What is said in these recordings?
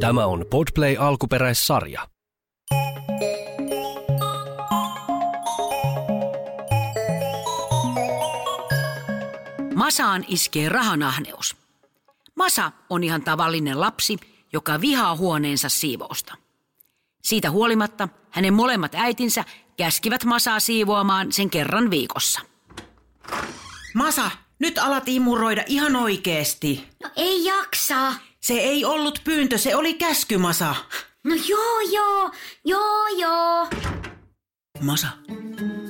Tämä on Podplay alkuperäissarja. Masaan iskee rahanahneus. Masa on ihan tavallinen lapsi, joka vihaa huoneensa siivousta. Siitä huolimatta hänen molemmat äitinsä käskivät Masaa siivoamaan sen kerran viikossa. Masa, nyt alat imuroida ihan oikeesti. No ei jaksaa. Se ei ollut pyyntö, se oli käsky, Masa. No joo joo, joo joo. Masa,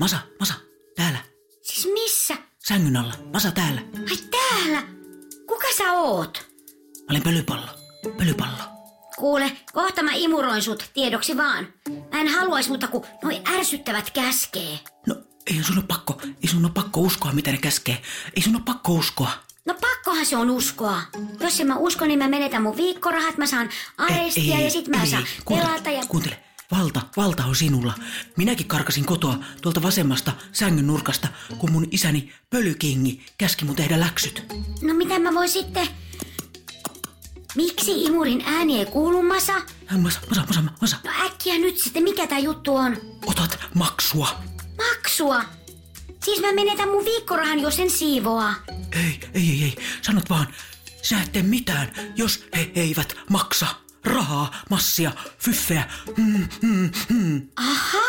Masa, Masa, täällä, Siis missä? sängyn alla. Masa täällä. Ai täällä. Kuka sä oot? Mä olen pölypallo, pölypallo. Kuule, kohta mä imuroin sut tiedoksi vaan. Mä en haluais muuta kuin noi ärsyttävät käskee. No, ei sun ole pakko, ei sun ole pakko uskoa, mitä ne käskee. Ei sun ole pakko uskoa. No pakkohan se on uskoa. Jos en mä usko, niin mä menetän mun viikkorahat, mä saan arestia ja sit mä saan pelata ja... Kuuntele, valta, valta on sinulla. Minäkin karkasin kotoa tuolta vasemmasta sängyn nurkasta, kun mun isäni pölykingi käski mun tehdä läksyt. No mitä mä voin sitten... Miksi imurin ääni ei kuulu, Masa? Masa, masa, masa, masa. No äkkiä nyt sitten, mikä tää juttu on? Otat maksua. Maksua! Siis mä menetän mun viikkorahan, jos en siivoa. Ei, ei, ei, ei. Sanot vaan, sä et tee mitään, jos he eivät maksa rahaa, massia, fyffeä. Mm, mm, mm. Aha!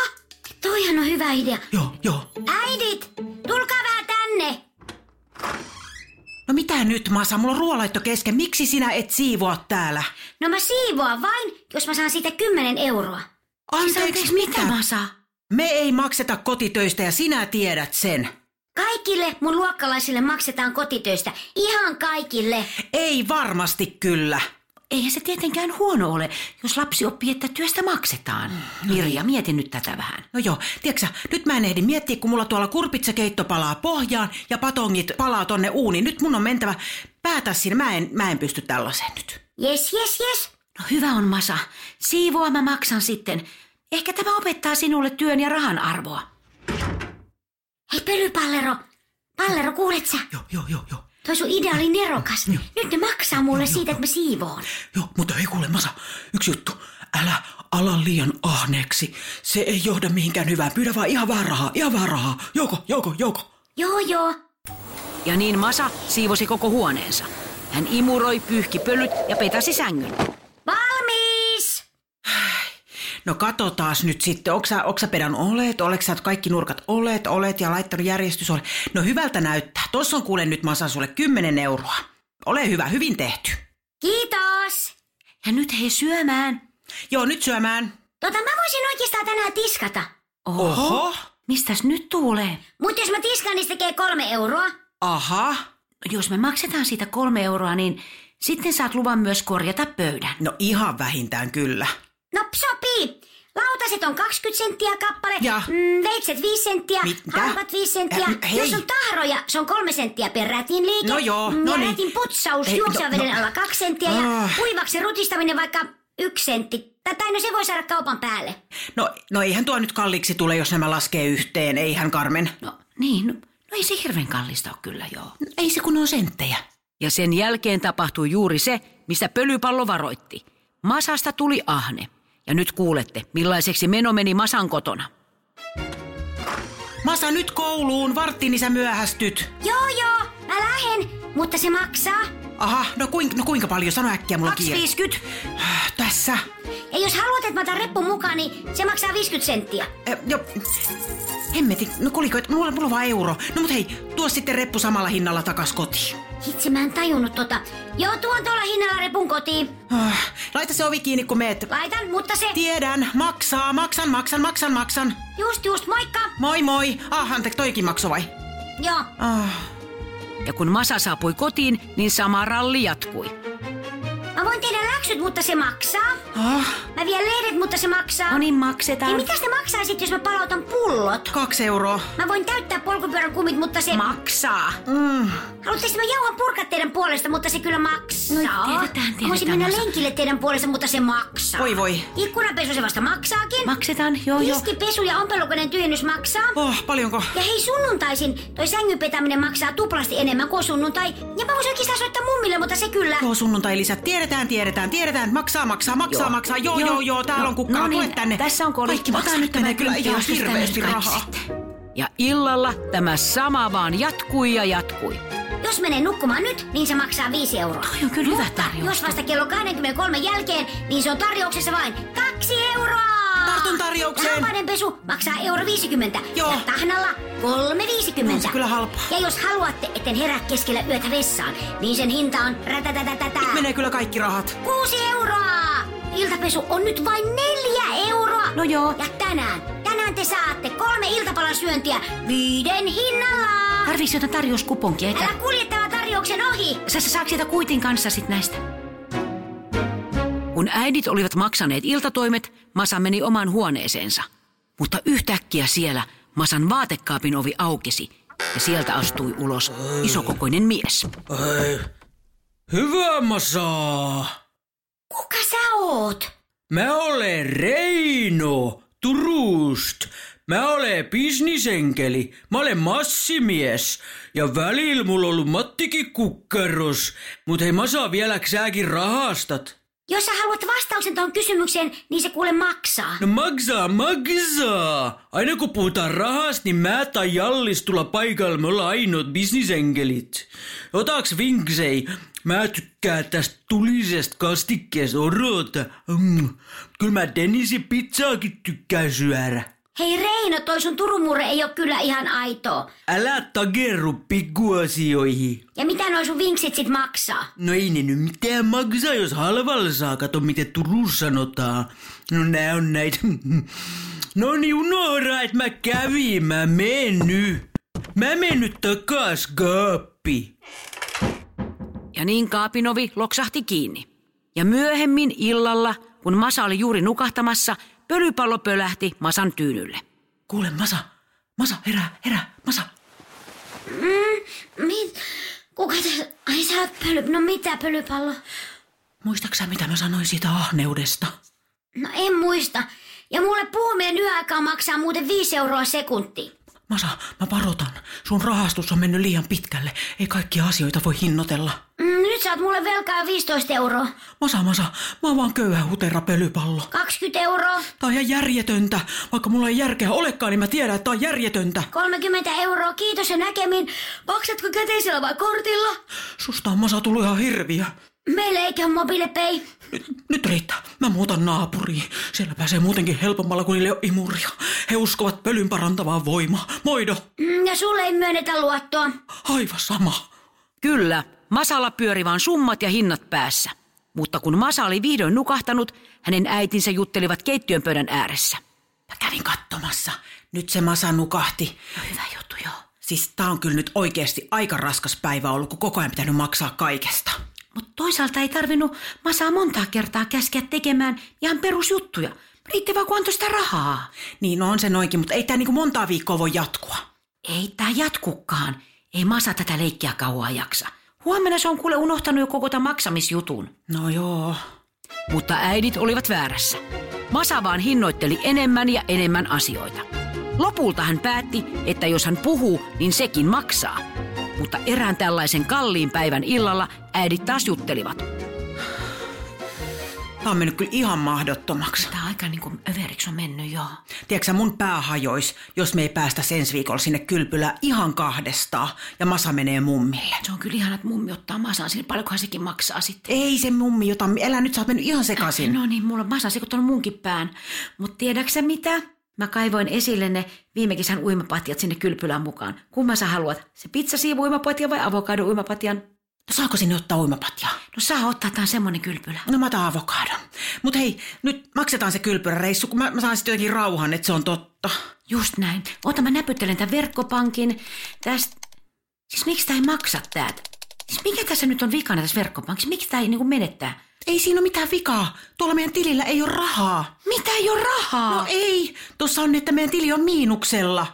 Toihan on hyvä idea. Joo, joo. Äidit, tulkaa vähän tänne! No mitä nyt, Masa? Mulla on ruoalaitto kesken. Miksi sinä et siivoa täällä? No mä siivoan vain, jos mä saan siitä 10 euroa. Anteeksi, Siis mitä Masa? Me ei makseta kotitöistä ja sinä tiedät sen. Kaikille mun luokkalaisille maksetaan kotitöistä. Ihan kaikille. Ei varmasti kyllä. Eihän se tietenkään huono ole, jos lapsi oppii, että työstä maksetaan. Mirja, mieti nyt tätä vähän. No joo, tiedätkö sä, nyt mä en ehdi miettiä, kun mulla tuolla kurpitsakeitto palaa pohjaan ja patongit palaa tonne uuniin. Nyt mun on mentävä päätä siinä. Mä en, mä en pysty tällaiseen nyt. Jes, jes, jes. No hyvä on Masa. Siivoa mä maksan sitten. Ehkä tämä opettaa sinulle työn ja rahan arvoa. Hei pölypallero. Pallero, kuulet sä? Joo, joo, joo, joo. Toi sun idea oli nerokas. Nyt ne maksaa mulle siitä, että mä siivoon. Joo, mutta ei kuule Masa, yksi juttu. Älä ala liian ahneeksi. Se ei johda mihinkään hyvään. Pyydä vaan ihan vähän rahaa, ihan vähän rahaa. Jouko, jouko, jouko. Joo, joo. Ja niin Masa siivosi koko huoneensa. Hän imuroi, pyyhki pölyt ja petäsi sängyn. Valmis! No katsotaas nyt sitten, onko sä, onko sä pedan olet, oletko sä kaikki nurkat olet, olet ja laittanut järjestys olet. No hyvältä näyttää. Tossa on kuule nyt Masa sulle 10 euroa. Ole hyvä, hyvin tehty. Kiitos! Ja nyt hei syömään. Joo, nyt syömään. Tota, mä voisin oikeastaan tänään tiskata. Oho. Mistäs nyt tulee? Mutta jos mä tiskaan, niin se tekee kolme euroa. Aha. Jos me maksetaan siitä kolme euroa, niin sitten saat luvan myös korjata pöydän. No ihan vähintään kyllä. No sopii. Lautaset on 20 senttiä kappale, Ja. Mm, veitset 5 senttiä, Mitä? halpat 5 senttiä. Äh, hei. Jos on tahroja, se on 3 senttiä per rätin liike. No joo, Mm, no ja niin. rätin putsaus Ei, juoksevan no, veden no. alla 2 senttiä ja Ah. kuivaksi rutistaminen vaikka 1 sentti. Tätä no se voi saada kaupan päälle. No, no eihän tuo nyt kalliiksi tule, jos nämä laskee yhteen, eihän Carmen. No, No niin, no, no ei se hirveän kallista ole kyllä joo. Ei se kun on senttejä. Ja sen jälkeen tapahtui juuri se, mistä pölypallo varoitti. Masasta tuli ahne. Ja nyt kuulette, millaiseksi meno meni Masan kotona. Masa nyt kouluun, varttini sä myöhästyt. Joo joo, mä lähen, mutta se maksaa. Aha, no, kuinka, no kuinka paljon? Sano äkkiä mulla on kiire. 250. Äh, Tässä. Ja jos haluat, että mä otan reppun mukaan, niin se maksaa 50 senttiä. Äh, jo. Hemmeti, no koliko, et- mulla, mulla on vaan euro. No mut hei, tuo sitten reppu samalla hinnalla takas kotiin. Hitsi, mä en tajunnut tota. Joo, tuon tuolla hinnalla repun kotiin. Äh, laita se ovi kiinni, kun meet. Laitan, mutta se... Tiedän, maksaa, maksan, maksan, maksan, maksan. Just, just, moikka! Moi moi. Ah, anteeksi, toikin makso vai? Joo. Ah. Ja kun Masa saapui kotiin, niin sama ralli jatkui. Mä voin tehdä läksyt Läksyt, mutta se maksaa. Ah, Mä vien lehdet, mutta se maksaa. No niin, Niin maksetaan. mitä se maksaa sitten, jos mä palautan pullot? kaksi euroa. Mä voin täyttää polkupyörän kumit, mutta se... Maksaa. Haluatteko mä jauhan purkat teidän puolesta, mutta se kyllä maksaa? No, tiedetään, tiedetään, Voisin mennä Masa. lenkille teidän puolesta, mutta se maksaa. Voi voi. Ikkunapesu se vasta maksaakin. Maksetaan, joo joo. Tiskipesu ja ompelukoneen tyhjennys maksaa. Oh, paljonko? Ja hei sunnuntaisin, toi sängyn petäminen maksaa tuplasti enemmän kuin sunnuntai. Ja mä voisin oikeastaan soittaa mummille, mutta se kyllä. Joo, sunnuntai lisät. Tiedetään, tiedetään, tiedetään. Maksaa, maksaa, maksaa, Joo. maksaa. Joo, Joo. joo, joo. Täällä on No kukkara. niin, Tule tänne. tässä on kolikko. Kaikki Ota maksaa. nyt tämä Menee kyllä kymppi, ihan ostos tänne hirveästi kaikki rahaa. Ja illalla tämä sama vaan jatkui ja jatkui. Jos menee nukkumaan nyt, niin se maksaa 5 euroa. Toi on kyllä hyvä tarjous. Jos vasta kello 23 jälkeen, niin se on tarjouksessa vain 2 euroa. Tartun tarjoukseen. Ja hampaiden pesu maksaa euro 50. Joo. Ja tahnalla 3,50. On se kyllä halpaa. Ja jos haluatte, etten herää keskellä yötä vessaan, niin sen hinta on rätätätätätä. Menee kyllä kaikki rahat. 6 euroa. Iltapesu on nyt vain 4 euroa. No joo. Ja tänään, tänään te saatte kolme iltapalan syöntiä viiden hinnalla. Tarviiko jotain tarjouskuponkia? Etä? Älä kulje tämän tarjouksen ohi. Sä, sä saat siitä kuitin kanssa sit näistä. Kun äidit olivat maksaneet iltatoimet, Masa meni omaan huoneeseensa. Mutta yhtäkkiä siellä Masan vaatekaapin ovi aukesi ja sieltä astui ulos isokokoinen mies. Ei. Hyvä masaa. Kuka sä oot? Mä olen Reino Turust. Mä olen bisnisenkeli. Mä olen massimies. Ja välillä mulla on ollut Mattikin kukkaros. Mut hei Masa, vieläks sääkin rahastat? Jos sä haluat vastauksen tuohon kysymykseen, niin se kuule maksaa. No maksaa, maksaa! Aina kun puhutaan rahasta, niin mä tai Jallis tulla paikalla, me ollaan ainoat bisnisenkelit. Otaks vinksei? Mä tykkään tästä tulisesta kastikkeesta, odota. Mm. Kyllä mä Denisin pizzaakin tykkään syödä. Hei Reino, toi sun turumurre ei oo kyllä ihan aitoa. Älä takerru pikkuasioihin. Ja mitä noi sun vinksit sit maksaa? No ei ne nyt mitään maksaa, jos halvalla saa. Kato, miten Turussa sanotaan. No nää on näitä. No niin, unohda, että mä kävin. Mä menen nyt. Mä menen nyt takas kaappi. Ja niin kaapinovi loksahti kiinni. Ja myöhemmin illalla, kun Masa oli juuri nukahtamassa, pölypallo pölähti Masan tyynylle. Kuule, Masa. Masa, herää, herää, Masa. Mit? Kuka te... Ai sä oot pöly... No mitä pölypallo? Muistaaksä, mitä mä sanoin siitä ahneudesta? No en muista. Ja mulle puhuminen yöaikaa maksaa muuten 5 euroa sekunti. Masa, mä varotan. Sun rahastus on mennyt liian pitkälle. Ei kaikkia asioita voi hinnoitella. Mm, nyt sä oot mulle velkaa 15 euroa. Masa, Masa, mä oon vaan köyhä hutera pölypallo. 20 euroa. Tää on ihan järjetöntä. Vaikka mulla ei järkeä olekaan, niin mä tiedän, että tää on järjetöntä. 30 euroa, kiitos ja näkemin. Maksatko käteisellä vai kortilla? Susta on masa tullut ihan hirviä. Meillä eikä ole mobiilepei. Nyt, nyt riittää. Mä muutan naapuriin. Siellä pääsee muutenkin helpommalla, kun niille on imuria. He uskovat pölyn parantavaa voimaa. Moido, Mm, ja sulle ei myönnetä luottoa. aivan sama. Kyllä, Masalla pyöri vaan summat ja hinnat päässä. Mutta kun Masa oli vihdoin nukahtanut, hänen äitinsä juttelivat keittiön pöydän ääressä. Mä kävin katsomassa. Nyt se masa nukahti. Hyvä juttu, joo. Siis tää on kyllä nyt oikeasti aika raskas päivä ollut, kun koko ajan pitänyt maksaa kaikesta. Mutta toisaalta ei tarvinnut Masaa montaa kertaa käskeä tekemään ihan perusjuttuja. Riitti vaan, kun antoi sitä rahaa. Niin no on se noinkin, mutta ei tää niinku montaa viikkoa voi jatkua. Ei tää jatkukaan. Ei Masa tätä leikkiä kauaa jaksa. Huomenna se on kuule unohtanut jo koko tämän maksamisjutun. No joo. Mutta äidit olivat väärässä. Masa vaan hinnoitteli enemmän ja enemmän asioita. Lopulta hän päätti, että jos hän puhuu, niin sekin maksaa. Mutta erään tällaisen kalliin päivän illalla äidit taas juttelivat. Tää on mennyt kyllä ihan mahdottomaksi. Tämä aika niin kuin överiksi on mennyt joo. Tiedätkö sä, mun pää hajois, jos me ei päästä ensi viikolla sinne kylpylään ihan kahdestaan ja masa menee mummille. Se on kyllä ihana, että mummi ottaa masaan sinne. Paljonkohan sekin maksaa sitten? Ei se mummi, jota... Elä nyt, sä oot mennyt ihan sekaisin. No niin, mulla on masa sekoittanut munkin pään. Mutta tiedäksä mitä? Mä kaivoin esille ne viime kesän uimapatjat sinne kylpylään mukaan. Kumman sä haluat? Se pizzasiivu uimapatja vai avokado uimapatjan? No, saako sinne ottaa uimapatjaa? No saa ottaa, tää on semmonen kylpylä. No mä otan avokadon. Mut hei, nyt maksetaan se kylpyräreissu, kun mä, mä saan sitten jotenkin rauhan, että se on totta. Just näin. Ota mä näpyttelen tämän verkkopankin tästä. Siis miksi tää ei maksa täältä? Siis mikä tässä nyt on vikana tässä verkkopankissa? Miksi tää ei niinku menettää? Ei siinä ole mitään vikaa. Tuolla meidän tilillä ei ole rahaa. Mitä ei ole rahaa? No ei. Tuossa on, että meidän tili on miinuksella.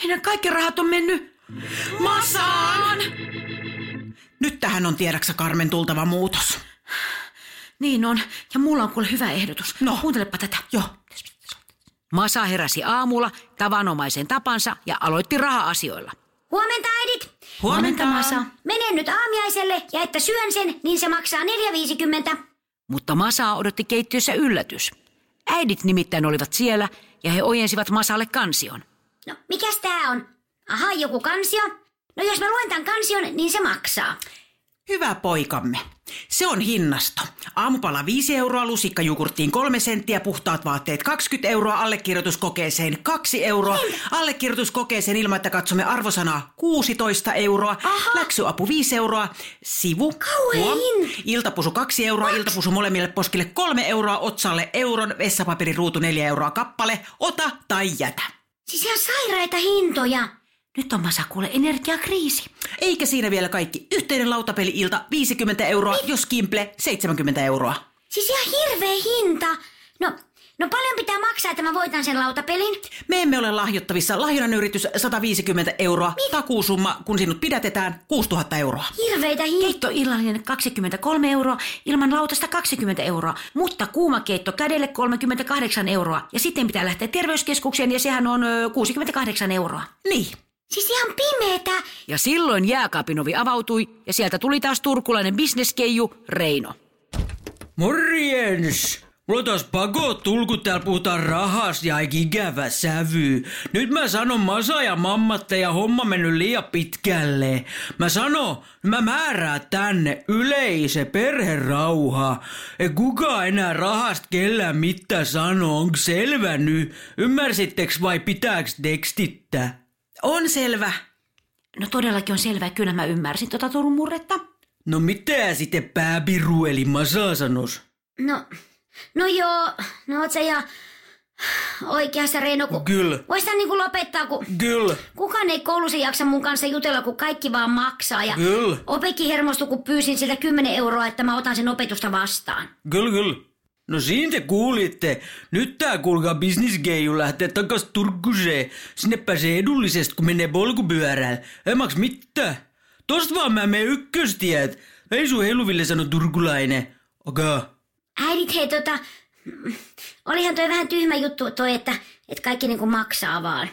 Meidän kaikki rahat on mennyt masaan! Nyt tähän on tiedäksä Karmen tultava muutos. Niin on. Ja mulla on kuule hyvä ehdotus. No. Kuuntelepa tätä. Joo. Masa heräsi aamulla tavanomaisen tapansa ja aloitti raha-asioilla. Huomenta, äidit! Huomenta. Masa. Menen nyt aamiaiselle ja että syön sen, niin se maksaa 4,50. Mutta Masaa odotti keittiössä yllätys. Äidit nimittäin olivat siellä ja he ojensivat Masalle kansion. No, mikäs tää on? Aha, joku kansio. No jos mä luen tämän kansion, niin se maksaa. Hyvä poikamme. Se on hinnasto. Aamupala 5 euroa, lusikka jogurttiin 3 senttiä, puhtaat vaatteet 20 euroa, allekirjoituskokeeseen 2 euroa, Niin. allekirjoituskokeeseen ilman, että katsomme arvosanaa 16 euroa, Aha. läksyapu 5 euroa, sivu, Kauhein. huom, iltapusu 2 euroa, iltapusu molemmille poskille 3 euroa, otsalle euron, vessapaperiruutu 4 euroa kappale, ota tai jätä. Siis ihan sairaita hintoja. Nyt on Masa kuule energiakriisi. Eikä siinä vielä kaikki. Yhteinen lautapeli-ilta 50 euroa, Niin. jos kimple 70 euroa. Siis ihan hirveä hinta. No, no paljon pitää maksaa, että mä voitan sen lautapelin. Me emme ole lahjoittavissa. Lahjonnan yritys 150 euroa. Niin. Takuusumma, kun sinut pidätetään, 6000 euroa. Hirveitä hintoja. Keitto illallinen 23 euroa, ilman lautasta 20 euroa, mutta kuuma keitto kädelle 38 euroa. Ja sitten pitää lähteä terveyskeskukseen ja sehän on ö, 68 euroa. Niin. Siis ihan pimeetä. Ja silloin jääkaapin ovi avautui ja sieltä tuli taas turkulainen bisneskeiju Reino. Morjens! Mulla on taas pakot tulku, täällä puhutaan rahasta ja ikävä sävy. Nyt mä sanon masa ja mammatta ja homma mennyt liian pitkälle. Mä sanon, mä määrää tänne yleise perherauha. Ei kukaan enää rahasta kellään mitä sano, onko selvä nyt? Ymmärsittekö vai pitääks tekstittää? On selvä. No todellakin on selvää, kyllä mä ymmärsin tota Turun murretta. No mitä sitten pääpiru eli masa sanos? No, no joo. No oot sä ihan oikeassa, Reino. Kun... Kyllä. Vois tän niinku lopettaa, kun Kyllä. kukaan ei koulussa jaksa mun kanssa jutella, kun kaikki vaan maksaa. Ja Kyllä. opekin hermostui, kun pyysin siltä 10 euroa, että mä otan sen opetusta vastaan. Kyllä, kyllä. No siinä te kuulitte. Nyt tää kuulkaa bisniskeiju lähtee takas Turkuseen. Sinne pääsee edullisesti, kun menee polkupyörällä. Ei maks mitään. Tosta vaan mä menen ykköstiet. Ei sun heiluville sano turkulainen. Oka. Äidit, hei tota... mm, Olihan toi vähän tyhmä juttu toi, että, että kaikki niinku maksaa vaan.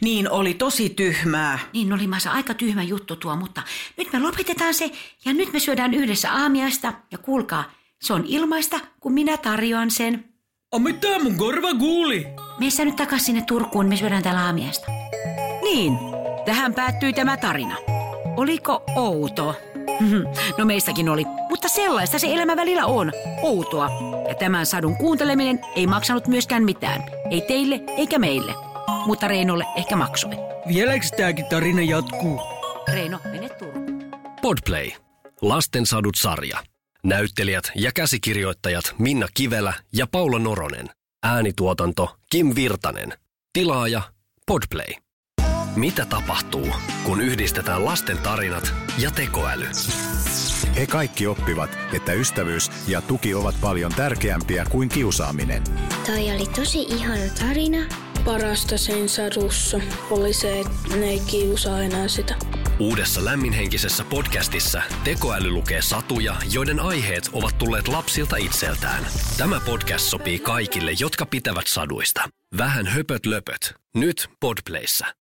Niin oli tosi tyhmää. Niin oli Masa aika tyhmä juttu tuo, mutta nyt me lopetetaan se ja nyt me syödään yhdessä aamiaista. Ja kuulkaa, se on ilmaista, kun minä tarjoan sen. A mitä mun korva kuuli? Mene sä nyt takas sinne Turkuun, me syödään täällä aamiaista. Niin, tähän päättyi tämä tarina. Oliko outo? No meistäkin oli, mutta sellaista se elämä välillä on, outoa. Ja tämän sadun kuunteleminen ei maksanut myöskään mitään, ei teille eikä meille. Mutta Reinolle ehkä maksoi. Vieläks tääkin tarina jatkuu? Reino, mene Turkuun. Podplay. Lastensadut sarja. Näyttelijät ja käsikirjoittajat Minna Kivelä ja Paula Noronen. Äänituotanto Kim Virtanen. Tilaaja Podplay. Mitä tapahtuu, kun yhdistetään lasten tarinat ja tekoäly? He kaikki oppivat, että ystävyys ja tuki ovat paljon tärkeämpiä kuin kiusaaminen. Toi oli tosi ihana tarina. Parasta sen sadussa oli se, että ne ei kiusaa enää sitä. Uudessa lämminhenkisessä podcastissa tekoäly lukee satuja, joiden aiheet ovat tulleet lapsilta itseltään. Tämä podcast sopii kaikille, jotka pitävät saduista. Vähän höpöt löpöt. Nyt Podplayssä.